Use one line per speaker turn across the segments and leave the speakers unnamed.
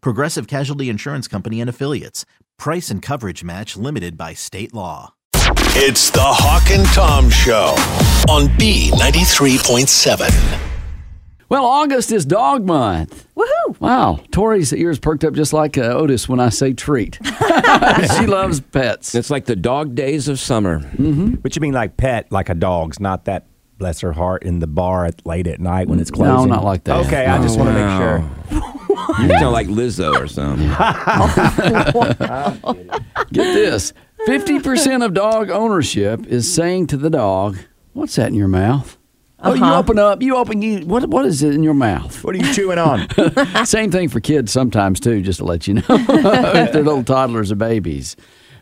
Progressive Casualty Insurance Company and Affiliates. Price and coverage match limited by state law.
It's the Hawk and Tom Show on B93.7.
Well, August is dog month.
Woohoo!
Wow. Tori's ears perked up just like uh, Otis when I say treat. she loves pets.
It's like the dog days of summer.
But you mean like pet, like a dog's, not that bless her heart in the bar at late at night when it's closing.
No, not like that.
Okay, I just want to make sure.
You sound like Lizzo or something.
Get this 50% of dog ownership is saying to the dog, What's that in your mouth? Oh, you open up, you open, you, what, what is it in your mouth?
What are you chewing on?
Same thing for kids sometimes, too, just to let you know, if they're little toddlers or babies.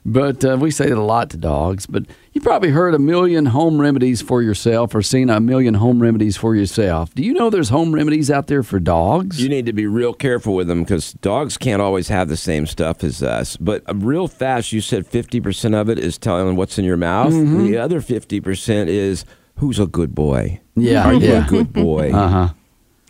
But uh, we say that a lot to dogs. But you probably heard a million home remedies for yourself or seen a million home remedies for yourself. Do you know there's home remedies out there for dogs?
You need to be real careful with them because dogs can't always have the same stuff as us. But uh, real fast, you said 50% of it is telling them what's in your mouth.
Mm-hmm.
And the other 50% is who's a good boy?
Yeah,
Are you
yeah. Uh-huh.
a good boy? uh huh.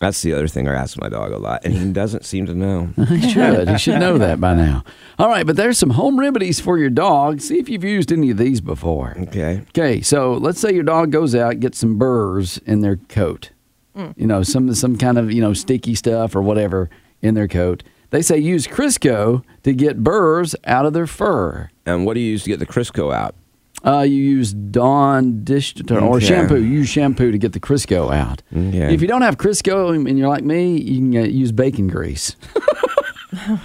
That's the other thing I ask my dog a lot, and he doesn't seem to know.
He should. He should know that by now. All right, but there's some home remedies for your dog. See if you've used any of these before.
Okay.
Okay, so let's say your dog goes out, gets some burrs in their coat. You know, some some kind of, you know, sticky stuff or whatever in their coat. They say use Crisco to get burrs out of their fur.
And what do you use to get the Crisco out?
Uh, you use Dawn dish detergent or
Okay.
shampoo. You use shampoo to get the Crisco out.
Okay.
If you don't have Crisco and you're like me, you can uh, use bacon grease.
now,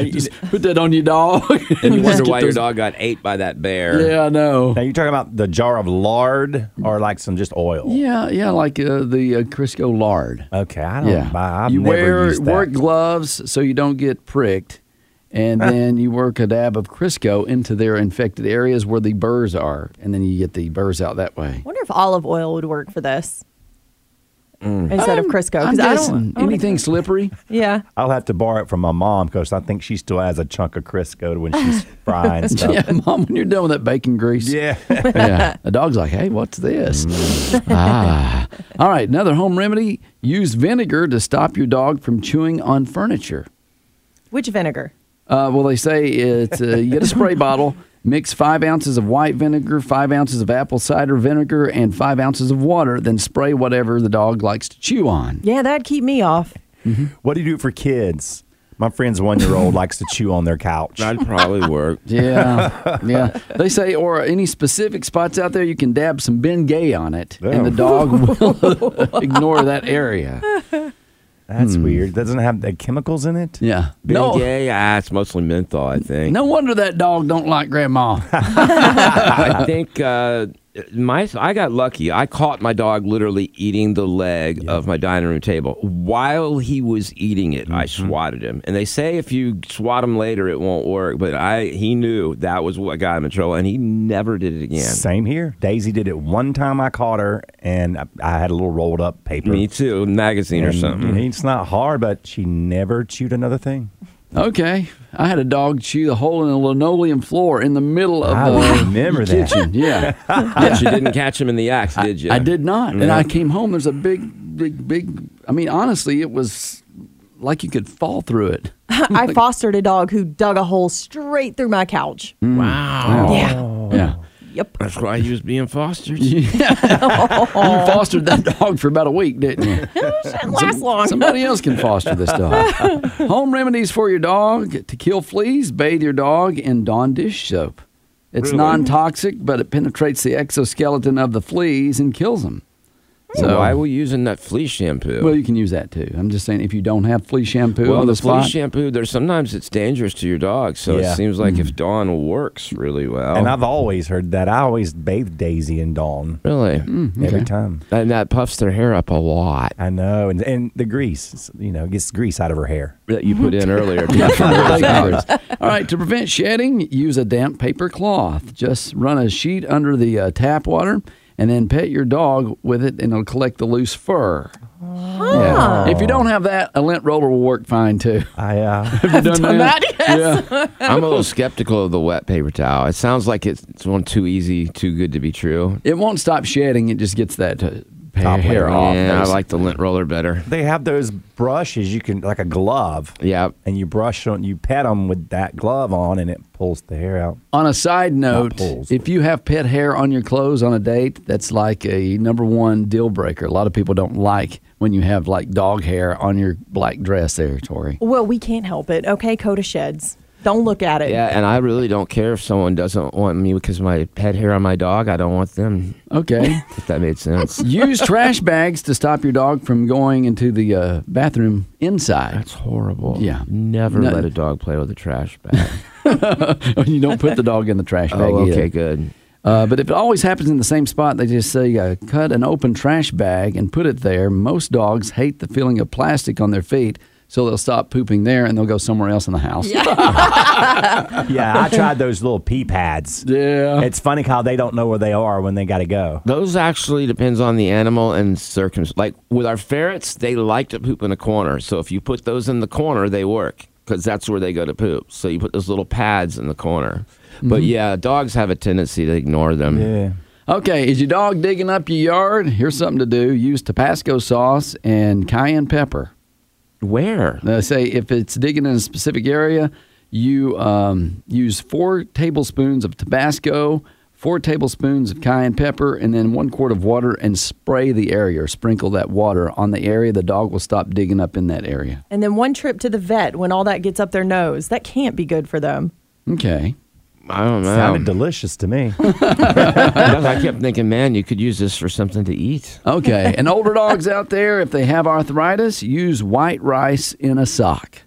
you,
Put that on your dog.
And you wonder
Get
why your
those-
dog got ate by that bear.
Yeah, I know.
now you talking about the jar of lard or like some just oil?
Yeah, yeah, like uh, the uh, Crisco lard.
Okay, I don't
Yeah,
buy. I've
you
never
wear
used that.
work gloves so you don't get pricked, and then you work a dab of Crisco into their infected areas where the burrs are, and then you get the burrs out that way.
wonder if olive oil would work for this
Mm.
instead of Crisco.
I'm
'cause I don't-
guessing
I don't
anything
think-
slippery.
Yeah.
I'll have to borrow it from my mom because I think she still has a chunk of Crisco when she's frying stuff.
Yeah, mom, when you're done with that bacon grease.
yeah.
yeah. The dog's like, hey, what's this? ah. All right, another home remedy use vinegar to stop your dog from chewing on furniture.
Which vinegar?
Uh, well, they say it's uh, you get a spray bottle, mix five ounces of white vinegar, five ounces of apple cider vinegar, and five ounces of water, then spray whatever the dog likes to chew on.
Yeah, that'd keep me off.
What do you do for kids? My friend's one year old likes to chew on their couch.
That'd probably work.
Yeah, yeah. They say, or any specific spots out there, you can dab some Ben Gay on it, and the
Damn.
dog will ignore that area.
That's
Hmm.
weird. Doesn't it have the chemicals in it?
Yeah.
Big
no,
gay, ah, it's mostly menthol, I think.
no wonder that dog don't like grandma.
I think uh, my I got lucky. I caught my dog literally eating the leg of my dining room table while he was eating it. I swatted him, and they say if you swat him later, it won't work. But I he knew that was what got him in trouble, and he never did it again.
Same here. Daisy did it one time. I caught her, and I, I had a little rolled up paper.
Me too, magazine or
And
something.
It's not hard, but she never chewed another thing.
Okay. I had a dog chew the hole in the linoleum floor in the middle of
I
the
remember that.
kitchen. Yeah.
But you didn't catch him in the act, did you?
I did not. And
Yeah.
I came home. There's a big, big, big. I mean, honestly, it was like you could fall through it.
I fostered a dog who dug a hole straight through my couch.
Mm. Wow.
Oh.
Yeah.
Yeah.
Yep.
That's why he was being fostered.
You fostered that dog for about a week, didn't you?
last long.
Somebody else can foster this dog. Home remedies for your dog to kill fleas, bathe your dog in Dawn dish soap. It's non toxic, but it penetrates the exoskeleton of the fleas and kills them.
So why were you using that flea shampoo?
Well, you can use that too. I'm just saying, if you don't have flea shampoo
Well,
on
the
the,
flea
spot,
shampoo, there's sometimes it's dangerous to your dog. So
Yeah.
it seems like if Dawn works really well,
And I've always heard that. I always bathe Daisy and Dawn
really,
Mm-hmm.
every time.
and that puffs their hair up a lot
I know, and and the grease, it's, you know, gets grease out of her hair.
that you put in earlier.
Thank you. All right, to prevent shedding, use a damp paper cloth. Just run a sheet under the uh, tap water and then pet your dog with it, and it'll collect the loose fur. Yeah. If you don't have that, a lint roller will work fine too.
I uh,
Have you done,
that? Yes.
Yeah.
I'm a little skeptical of the wet paper towel. It sounds like it's, it's one too easy, too good to be true.
It won't stop shedding, it just gets that uh,
Top
hair
layer.
off.
yeah, I
basically.
like the lint roller better.
they have those brushes you can like a glove.
Yeah.
And you brush on, you pet them with that glove on, and it pulls the hair out.
On a side note,
poles.
if you have pet hair on your clothes on a date, that's like a number one deal breaker. A lot of people don't like when you have like dog hair on your black dress there, Tori.
Well, we can't help it. Okay, Coda sheds. Don't look at it.
Yeah, and I really don't care if someone doesn't want me because my pet hair on my dog. I don't want them.
Okay.
If that made sense.
Use trash bags to stop your dog from going into the uh, bathroom inside.
That's horrible.
Yeah.
Never
No.
let a dog play with a trash bag.
you don't put the dog in the trash bag.
oh,
either.
okay, good.
Uh, but if it always happens in the same spot, they just say uh, cut an open trash bag and put it there. Most dogs hate the feeling of plastic on their feet, so they'll stop pooping there and they'll go somewhere else in the house.
Yeah, I tried those little pee pads.
Yeah.
It's funny how they don't know where they are when they got to go.
Those actually depends on the animal and circumstance. Like with our ferrets, they like to poop in a corner. So if you put those in the corner, they work because that's where they go to poop. So you put those little pads in the corner. But yeah, dogs have a tendency to ignore them.
Yeah.
Okay, is your dog digging up your yard? Here's something to do. Use Tabasco sauce and cayenne pepper.
Where?
They Uh, say if it's digging in a specific area, you um, use four tablespoons of Tabasco, four tablespoons of cayenne pepper, and then one quart of water and spray the area or sprinkle that water on the area. The dog will stop digging up in that area.
And then one trip to the vet when all that gets up their nose. That can't be good for them.
Okay.
I don't know.
Sounded delicious to me.
Because I kept thinking, man, you could use this for something to eat.
Okay. and older dogs out there, if they have arthritis, use white rice in a sock.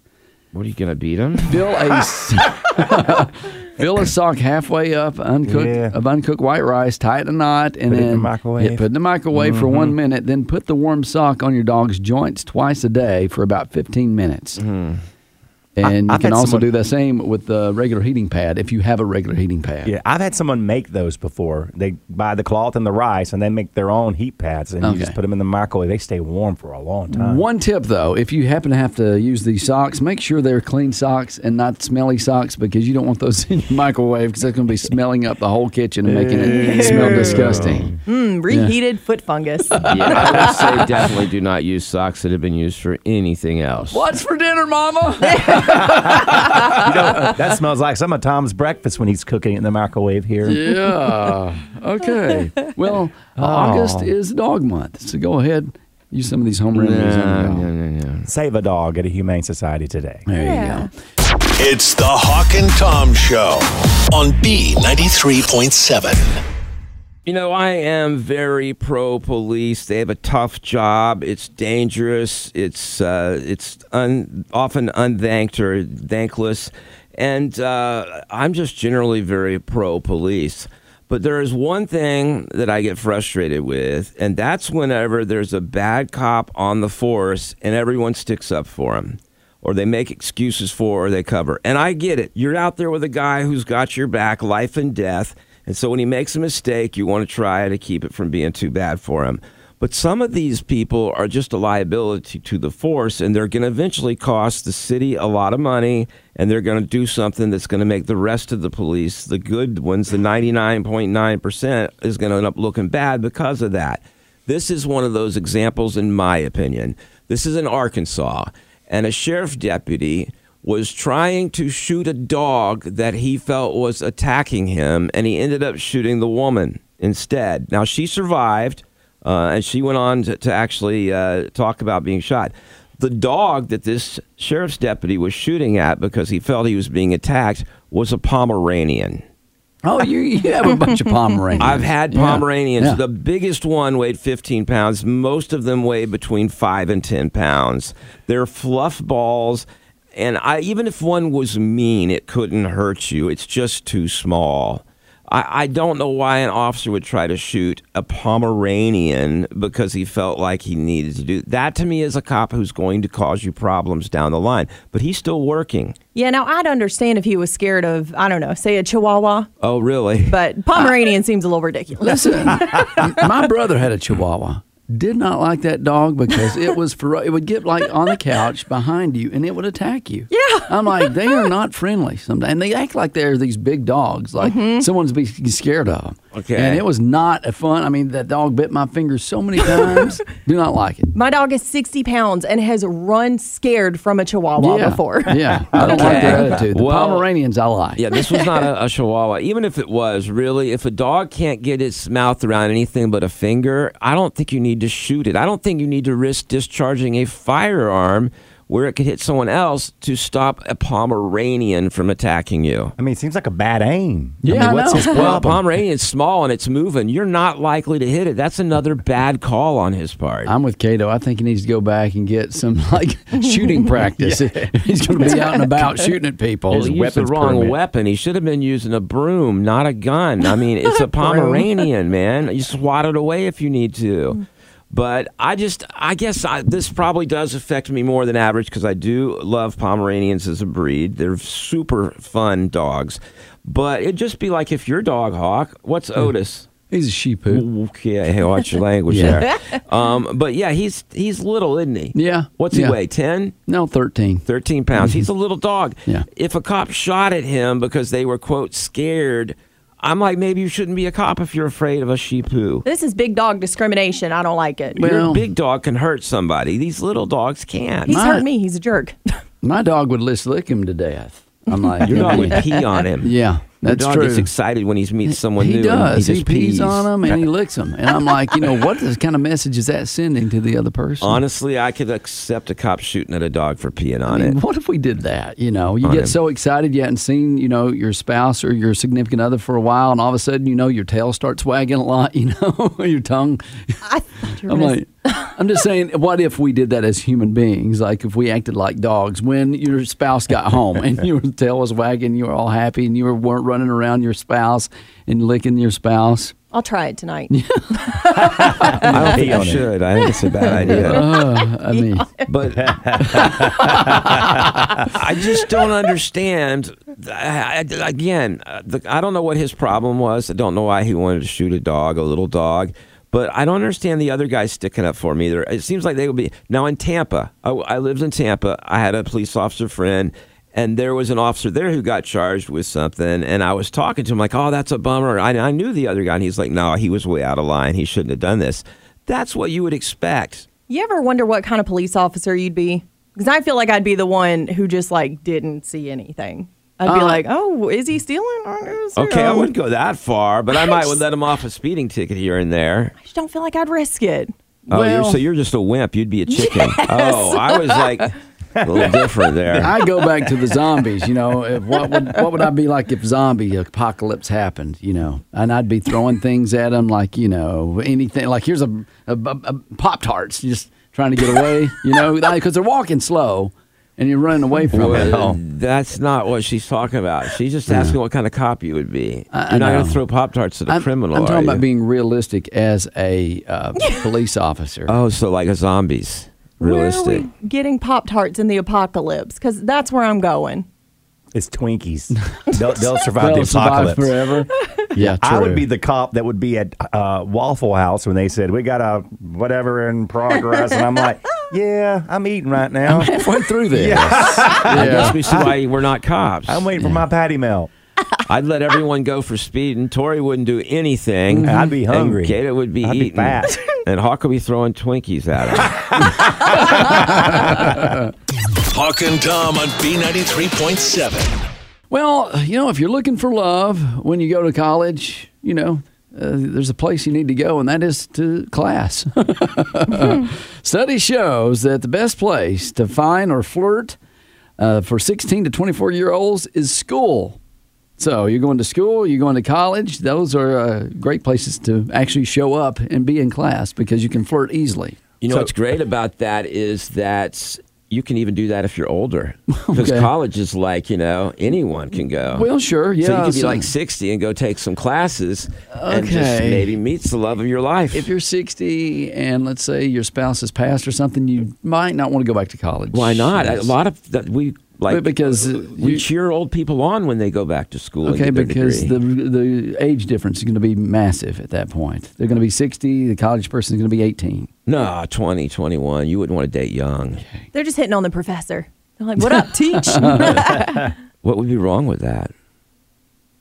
What are you gonna beat him?
Fill a s- fill a sock halfway up uncooked
Yeah.
of uncooked white rice, tighten a knot, and
Put it in
then
the microwave. Mm-hmm.
Yeah, put it in the microwave for one minute. Then put the warm sock on your dog's joints twice a day for about fifteen minutes. And
Mm-hmm. I-
you
I've
can
had
also
someone-
do the same with the regular heating pad if you have a regular heating pad.
Yeah, I've had someone make those before. They buy the cloth and the rice, and they make their own heat pads, and
Okay.
you just put them in the microwave. They stay warm for a long time.
One tip though, if you happen to have to use these socks, make sure they're clean socks and not smelly socks because you don't want those in your microwave because they're going to be smelling up the whole kitchen and making it smell disgusting.
Mm, reheated foot fungus.
Yeah, I would say definitely do not use socks that have been used for anything else.
What's for dinner, Mama?
You know, that smells like some of Tom's breakfast when he's cooking it in the microwave here.
yeah. Ah, Okay. Well, August is dog month, so go ahead use some of these home remedies. on
Nah,
your
nah,
dog.
nah, nah.
Save a dog at a humane society today.
There you
Yeah.
go.
It's the Hawk and Tom Show on B93.7.
You know, I am very pro police. They have a tough job. It's dangerous. It's uh, it's un, often unthanked or thankless, and uh, I'm just generally very pro police. But there is one thing that I get frustrated with, and that's whenever there's a bad cop on the force and everyone sticks up for him or they make excuses for or they cover. And I get it. You're out there with a guy who's got your back, life and death. And so when he makes a mistake, you want to try to keep it from being too bad for him. But some of these people are just a liability to the force, and they're going to eventually cost the city a lot of money, and they're going to do something that's going to make the rest of the police, the good ones, the 99.9%, is going to end up looking bad because of that. This is one of those examples, in my opinion. This is in Arkansas, and a sheriff deputy was trying to shoot a dog that he felt was attacking him, and he ended up shooting the woman instead. Now, she survived, uh, and she went on to, to actually uh, talk about being shot. The dog that this sheriff's deputy was shooting at because he felt he was being attacked was a Pomeranian.
Oh, you, you have a bunch of Pomeranians.
I've had
Yeah.
Pomeranians.
Yeah.
The biggest one weighed 15 pounds. Most of them weigh between 5 and 10 pounds. They're fluff balls. And I, even if one was mean, it couldn't hurt you. It's just too small. I, I don't know why an officer would try to shoot a Pomeranian because he felt like he needed to do that. To me, is a cop who's going to cause you problems down the line. But he's still working.
Yeah, now I'd understand if he was scared of, I don't know, say a chihuahua,
Oh, really?
Ah.
but Pomeranian seems a little ridiculous.
Listen, my brother had a Chihuahua. Did not like that dog because it was for it would get like on the couch behind you and it would attack you.
Yeah.
I'm like they are not friendly sometimes, and they act like they're these big dogs, like
Mm-hmm.
someone's be scared of them.
Okay.
and it was not a fun. I mean, that dog bit my finger so many times. Do not like it.
My dog is 60 pounds and has run scared from a chihuahua
yeah,
before.
yeah, I don't like their attitude. The
Well-
Pomeranians, I like.
Yeah, this was not a, a chihuahua. Even if it was, really, if a dog can't get its mouth around anything but a finger, I don't think you need to shoot it. I don't think you need to risk discharging a firearm where it could hit someone else to stop a Pomeranian from attacking you.
I mean, it seems like a bad aim.
Yeah,
I mean,
I
what's
know.
his
Well, a
problem?
Pomeranian's small and it's moving. You're not likely to hit it. That's another bad call on his part.
I'm with Cato. I think he needs to go back and get some like shooting practice. He's going to be out and about shooting at people.
Well, Oh, he used the
weapons
wrong
permit.
weapon. He should have been using a broom, not a gun. I mean, it's a Pomeranian, man. You swat it away if you need to. But I just, I guess I, this probably does affect me more than average because I do love Pomeranians as a breed. They're super fun dogs. But it'd just be like if your dog, Hawk, what's Otis?
He's a sheep poo.
Okay, hey, watch your language
Yeah.
there. Um, but yeah, he's he's little, isn't he?
Yeah,
What's
yeah.
he weigh? Ten?
No, 13.
13 pounds. He's a little dog.
Mm-hmm. Yeah.
If a cop shot at him because they were, quote, scared, I'm like, maybe you shouldn't be a cop if you're afraid of a sheep poo.
This is big dog discrimination. I don't like it.
Well-
Your big dog can hurt somebody. These little dogs can't.
He's
My-
hurt me. He's a jerk.
My dog would list lick him to death. I'm like,
Your dog
"Mm."
would pee on him.
yeah,
Your
that's
dog
true.
gets excited when he meets someone
he
new. and
does.
He,
He,
just
pees
pees
on them and he licks them. And I'm like, you know, what this kind of message is that sending to the other person?
Honestly, I could accept a cop shooting at a dog for peeing on
I mean,
it.
what if we did that? You know, you
On
get
him.
so excited you hadn't seen, you know, your spouse or your significant other for a while, and all of a sudden, you know, your tail starts wagging a lot. You know, your tongue.
I thought you were
I'm
gonna
like, I'm just saying, what if we did that as human beings? Like if we acted like dogs when your spouse got home and your tail was wagging, you were all happy, and you were- weren't running around your spouse and licking your spouse.
I'll try it tonight.
I don't think
Pee
I
on it.
should. I think it's a bad idea.
Uh, I mean,
but I just don't understand. I, I- again, uh, the, I don't know what his problem was. I don't know why he wanted to shoot a dog, a little dog. But I don't understand the other guys sticking up for him either. It seems like they would be now in Tampa. I, I lived in Tampa. I had a police officer friend, and there was an officer there who got charged with something. And I was talking to him like, "Oh, that's a bummer." I, I knew the other guy, and he's like, "No, he was way out of line. He shouldn't have done this." That's what you would expect.
You ever wonder what kind of police officer you'd be? Because I feel like I'd be the one who just like didn't see anything. I'd be
Uh,
like, oh, is he stealing? Or is he-
Okay, I
um,
wouldn't go that far, but I might would let him off a speeding ticket here and there.
I just don't feel like I'd risk it.
Oh, you're,
Well-
so you're just a wimp. You'd be a chicken. Oh, I was like a little different there.
I go back to the zombies. You know, if, what would what would I be like if zombie apocalypse happened? You know, and I'd be throwing things at them like you know anything. Like here's a, a, pop tarts, just trying to get away. You know, because they're walking slow, and you're running away from
Well,
it.
Uh, that's not what she's talking about. She's just asking what kind of cop you would be.
I- I
You're not going
know.
to throw pop tarts at a
I'm,
criminal.
I'm
are
talking
you?
about being realistic as a uh, police officer.
Oh, so like a zombies,
Where are
realistic.
we getting Pop Tarts in the apocalypse? Because that's where I'm going.
It's Twinkies. They'll, they'll survive
They'll
the apocalypse.
survive forever. Yeah,
I would
true.
be the cop that would be at uh, Waffle House when they said we got a whatever in progress, and I'm like, yeah, I'm eating right now.
halfway through this.
I guess
Yeah.
we see why we're not cops.
I'm waiting for my patty melt.
I'd let everyone go for speed, and Tori wouldn't do anything.
Mm-hmm.
I'd be hungry.
And Gator would be
I'd be
eating.
fat.
And Hawk would be throwing Twinkies at him.
Hawk and Tom on B93.7.
Well, you know, if you're looking for love when you go to college, you know, uh, there's a place you need to go, and that is to class. Study shows that the best place to find or flirt uh, for 16 to 24 year olds is school. So you're going to school, you're going to college. Those are uh, great places to actually show up and be in class because you can flirt easily.
You know what's great about that is that you can even do that if you're older, because
Okay.
college is like you know anyone can go.
Well, sure, yeah.
So you could be
so-
like 60 and go take some classes and just
Okay.
maybe meets the love of your life.
if you're 60 and let's say your spouse has passed or something, you might not want to go back to college.
Why not?
Yes.
A lot of that we like
But because, uh,
we
you-
cheer old people on when they go back to school. and
Okay,
get their
because the
degree.
the age difference is going to be massive at that point. They're going to be 60. The college person is going to be 18.
no 20, 21, you wouldn't want to date young.
They're just hitting on the professor. They're like, "What up, teach?"
What would be wrong with that?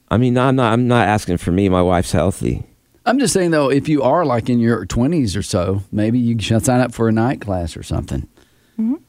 I mean, I'm not. I'm not asking for me. My wife's healthy.
I'm just saying though, if you are like in your 20s or so, maybe you should sign up for a night class or something.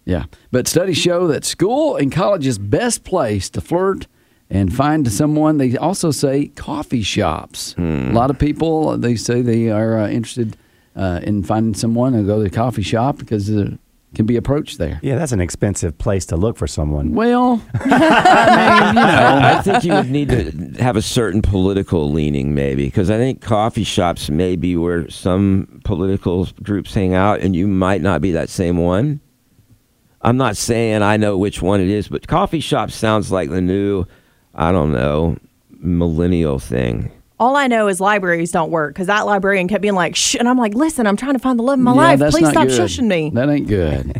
Yeah, but studies show that school and college is best place to flirt and find someone. They also say coffee shops.
Hmm.
A lot of people they say they are uh, interested uh, in finding someone and go to the coffee shop because it can be approached there.
Yeah, that's an expensive place to look for someone.
Well,
I think you would need to have a certain political leaning, maybe, because I think coffee shops may be where some political groups hang out, and you might not be that same one. I'm not saying I know which one it is, but coffee shop sounds like the new, I don't know, millennial thing.
All I know is libraries don't work because that librarian kept being like, "Shh," and I'm like, "Listen, I'm trying to find the love of my
Yeah,
life.
that's
Please
not
stop
good.
shushing me."
That ain't good.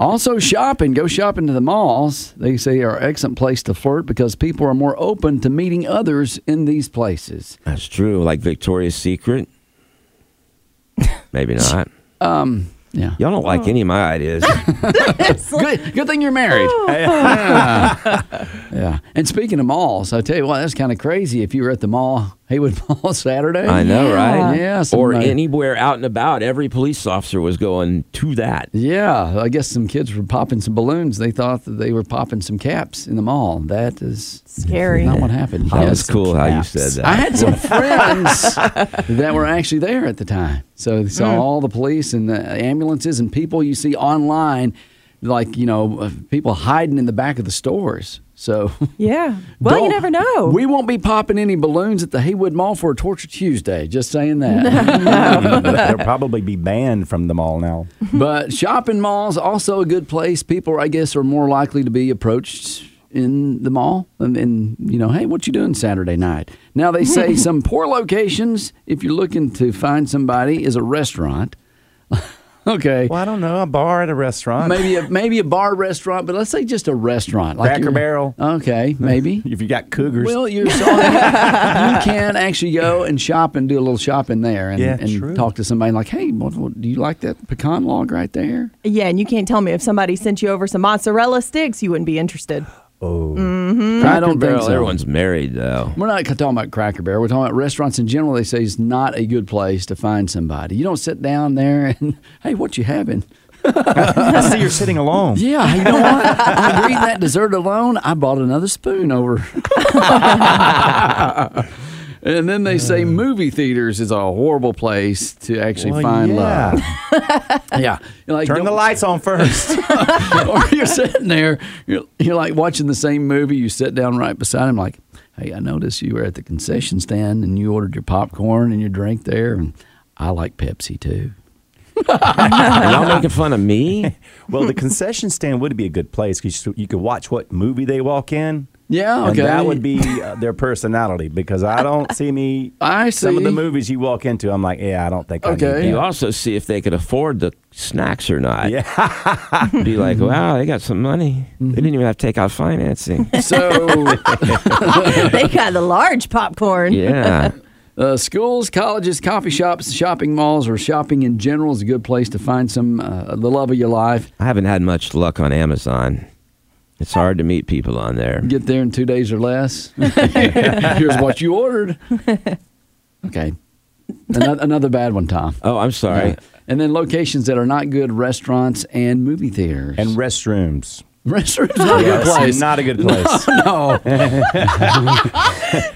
also, shopping. Go shopping to the malls. They say are an excellent place to flirt because people are more open to meeting others in these places.
That's true, like Victoria's Secret. Maybe not. Um,
Yeah.
Y'all don't like any of my ideas.
Good. Good thing you're married. yeah. And speaking of malls, I tell you what, that's kind of crazy. If you were at the mall, Haywood Mall Saturday.
I know, right?
Yeah. some,
Or
uh,
anywhere out and about, every police officer was going to that.
Yeah, I guess some kids were popping some balloons. They thought that they were popping some caps in the mall. That is
Scary.
Not what happened.
That
Yes.
was cool how you said that.
I had some friends that were actually there at the time. So they saw
Hmm.
all the police and the ambulances and people you see online, like, you know, uh, people hiding in the back of the stores. So,
Yeah. Well, you
don't-
never know.
We won't be popping any balloons at the Haywood Mall for a Torture Tuesday, just saying that.
They'll probably be banned from the mall now.
but shopping malls also a good place. People, I guess, are more likely to be approached in the mall and, and you know, hey, what you doing Saturday night? Now they say some poor locations, if you're looking to find somebody, is a restaurant. okay.
Well, I don't know. A bar at a restaurant.
Maybe a maybe a bar restaurant, but let's say just a restaurant.
Cracker
you're-
Barrel.
Okay, maybe.
If you got cougars.
Well, you're so you can actually go and shop and do a little shopping there and,
Yeah,
and
true.
talk to somebody like, hey, what, what, do you like that pecan log right there?
yeah, and you can't tell me if somebody sent you over some mozzarella sticks, you wouldn't be interested.
Mm-hmm. I don't
Barrel,
think so.
Everyone's married though.
We're not talking about Cracker Barrel. We're talking about restaurants in general. They say it's not a good place to find somebody. You don't sit down there and hey, what you having?
I see you're sitting alone.
Yeah, you know what? I agree that dessert alone. I bought another spoon over. and then they say movie theaters is a horrible place to actually
Well,
find
yeah.
love. Yeah, You're like,
Turn
don't-
the lights on first.
or you're sitting there, you're, you're like watching the same movie. You sit down right beside him, like, hey, I noticed you were at the concession stand and you ordered your popcorn and your drink there, and I like Pepsi too.
Are y'all making fun of me?
well, the concession stand would be a good place because you could watch what movie they walk in.
Yeah,
And
okay.
that would be uh, their personality because I don't see me.
I
Some of the
see.
movies you walk into, I'm like, yeah, I don't think I
Okay.
need
You
that.
also see if they could afford the snacks or not. Yeah. Be like, wow, they got some money.
Mm-hmm.
They didn't even have to take out financing.
So,
they got the large popcorn.
Yeah.
uh, schools, colleges, coffee shops, shopping malls, or shopping in general is a good place to find some uh, the love of your life.
I haven't had much luck on Amazon. It's hard to meet people on there.
Get there in two days or less. Here's what you ordered. Okay. Another, another bad one, Tom.
Oh, I'm sorry.
Yeah. And then locations that are not good restaurants and movie theaters.
And restrooms.
Restroom's not a good Oh,
Yes,
place.
Not a good place.
no.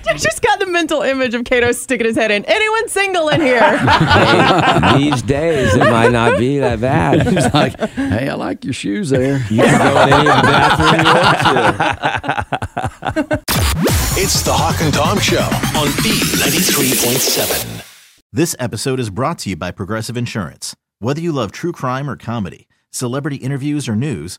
I just got the mental image of Kato sticking his head in. Anyone single in here?
These days, it might not be that bad.
It's like, hey, I like your shoes there.
You can go in any bathroom you want to.
It's the Hawk and Tom Show on B93.7.
This episode is brought to you by Progressive Insurance. Whether you love true crime or comedy, celebrity interviews or news,